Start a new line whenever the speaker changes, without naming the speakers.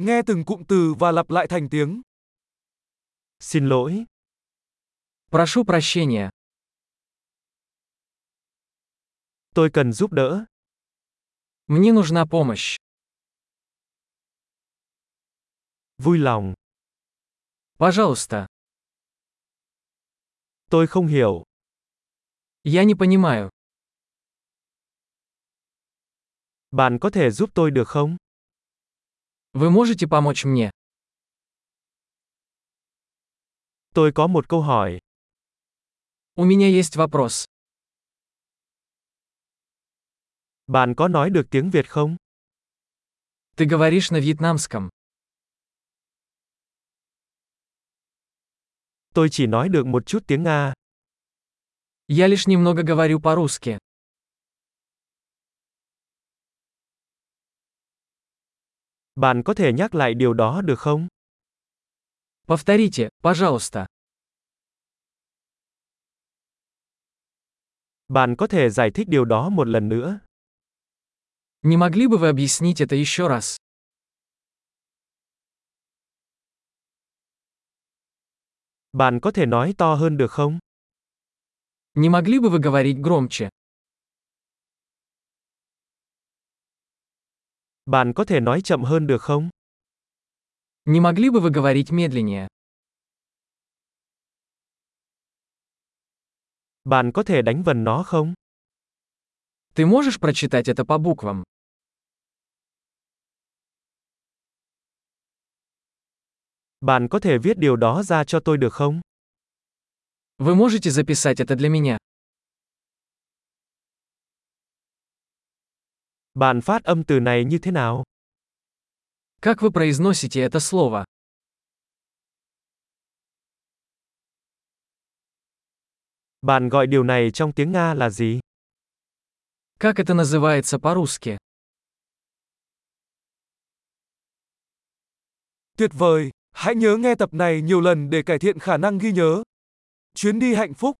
Nghe từng cụm từ và lặp lại thành tiếng. Xin lỗi,
Прошу прощения.
tôi cần giúp đỡ.
Мне нужна помощь.
Vui lòng,
Пожалуйста.
tôi không hiểu.
Я не понимаю.
Bạn có thể giúp tôi được không?
Вы можете помочь мне?
Tôi có một câu hỏi.
У меня есть вопрос.
Bạn có nói được tiếng Việt không?
Ты говоришь на вьетнамском.
Tôi chỉ nói được một chút tiếng Nga.
Я лишь немного говорю по-русски.
Bạn có thể nhắc lại điều đó được không?
Повторите, пожалуйста.
Bạn có thể giải thích điều đó một lần nữa.
Не могли бы вы объяснить это еще раз?
Bạn có thể nói to hơn được không?
Не могли бы вы говорить громче?
Bạn có thể nói chậm hơn được không?
Не могли бы вы говорить медленнее?
Bạn có thể đánh vần nó không?
Ты можешь прочитать это по буквам?
Bạn có thể viết điều đó ra cho tôi được không?
Вы можете записать это для меня?
Bạn phát âm từ này như thế nào?
Как вы произносите это слово?
Bạn gọi điều này trong tiếng Nga là gì?
Как это называется по-русски?
Tuyệt vời! Hãy nhớ nghe tập này nhiều lần để cải thiện khả năng ghi nhớ. Chuyến đi hạnh phúc!